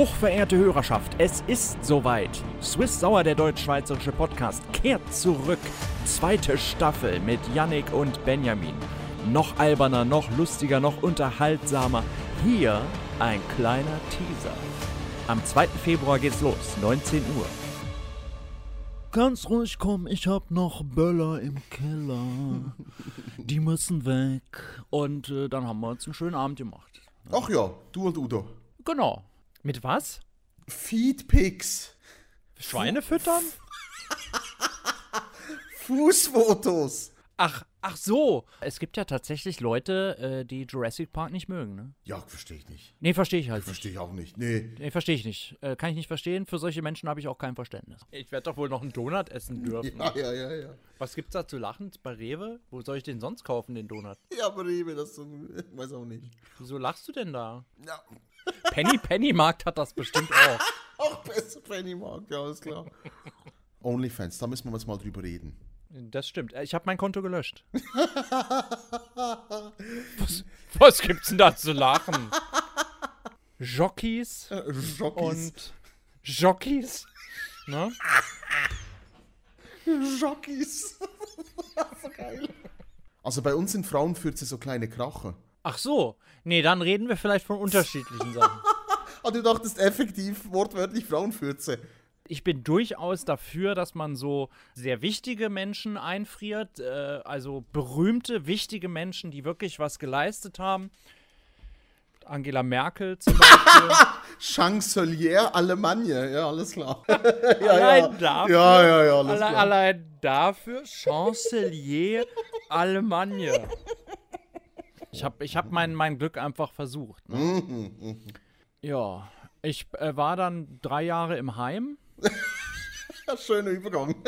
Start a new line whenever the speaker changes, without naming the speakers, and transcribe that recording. Hochverehrte Hörerschaft, es ist soweit. Swiss Sauer, der deutsch-schweizerische Podcast, kehrt zurück. Zweite Staffel mit Yannick und Benjamin. Noch alberner, noch lustiger, noch unterhaltsamer. Hier ein kleiner Teaser. Am 2. Februar geht's los, 19 Uhr.
Ganz ruhig kommen, ich hab noch Böller im Keller. Die müssen weg.
Und äh, dann haben wir uns einen schönen Abend gemacht.
Ach ja, du und Udo.
Genau.
Mit was?
Feedpics,
Schweine füttern?
Fußfotos.
Ach, ach so. Es gibt ja tatsächlich Leute, äh, die Jurassic Park nicht mögen, ne?
Ja, verstehe ich nicht.
Nee, verstehe ich halt nicht.
Verstehe ich auch nicht. Nee.
Nee, verstehe ich nicht. Äh, kann ich nicht verstehen. Für solche Menschen habe ich auch kein Verständnis. Ich werde doch wohl noch einen Donut essen dürfen.
Ja, ja, ja, ja.
Was gibt's da zu lachen bei Rewe? Wo soll ich den sonst kaufen, den Donut?
Ja, aber ich will das so, ich weiß auch nicht.
Wieso lachst du denn da?
Ja,
Penny Penny Markt hat das bestimmt auch.
auch besser Penny Markt, ja, ist klar. Onlyfans, da müssen wir jetzt mal drüber reden.
Das stimmt. Äh, Ich habe mein Konto gelöscht. was, was gibt's denn da zu lachen? Jockeys
Jockeys.
und Jockeys. Ne?
Jockeys. so geil. Also bei uns sind Frauenfürze so kleine Kracher.
Ach so. Nee, dann reden wir vielleicht von unterschiedlichen Sachen.
Ah, du dachtest effektiv wortwörtlich Frauenfürze.
Ich bin durchaus dafür, dass man so sehr wichtige Menschen einfriert, äh, also berühmte, wichtige Menschen, die wirklich was geleistet haben. Angela Merkel zum Beispiel.
Chancelier Allemagne, ja, alles klar.
Allein dafür.
Ja, ja, ja, alles
Alle,
klar.
allein dafür Chancelier Allemagne. Ich habe ich hab mein, mein Glück einfach versucht. Ne?
Mhm,
Ja, ich äh, war dann drei Jahre im Heim.
Schöner Übergang.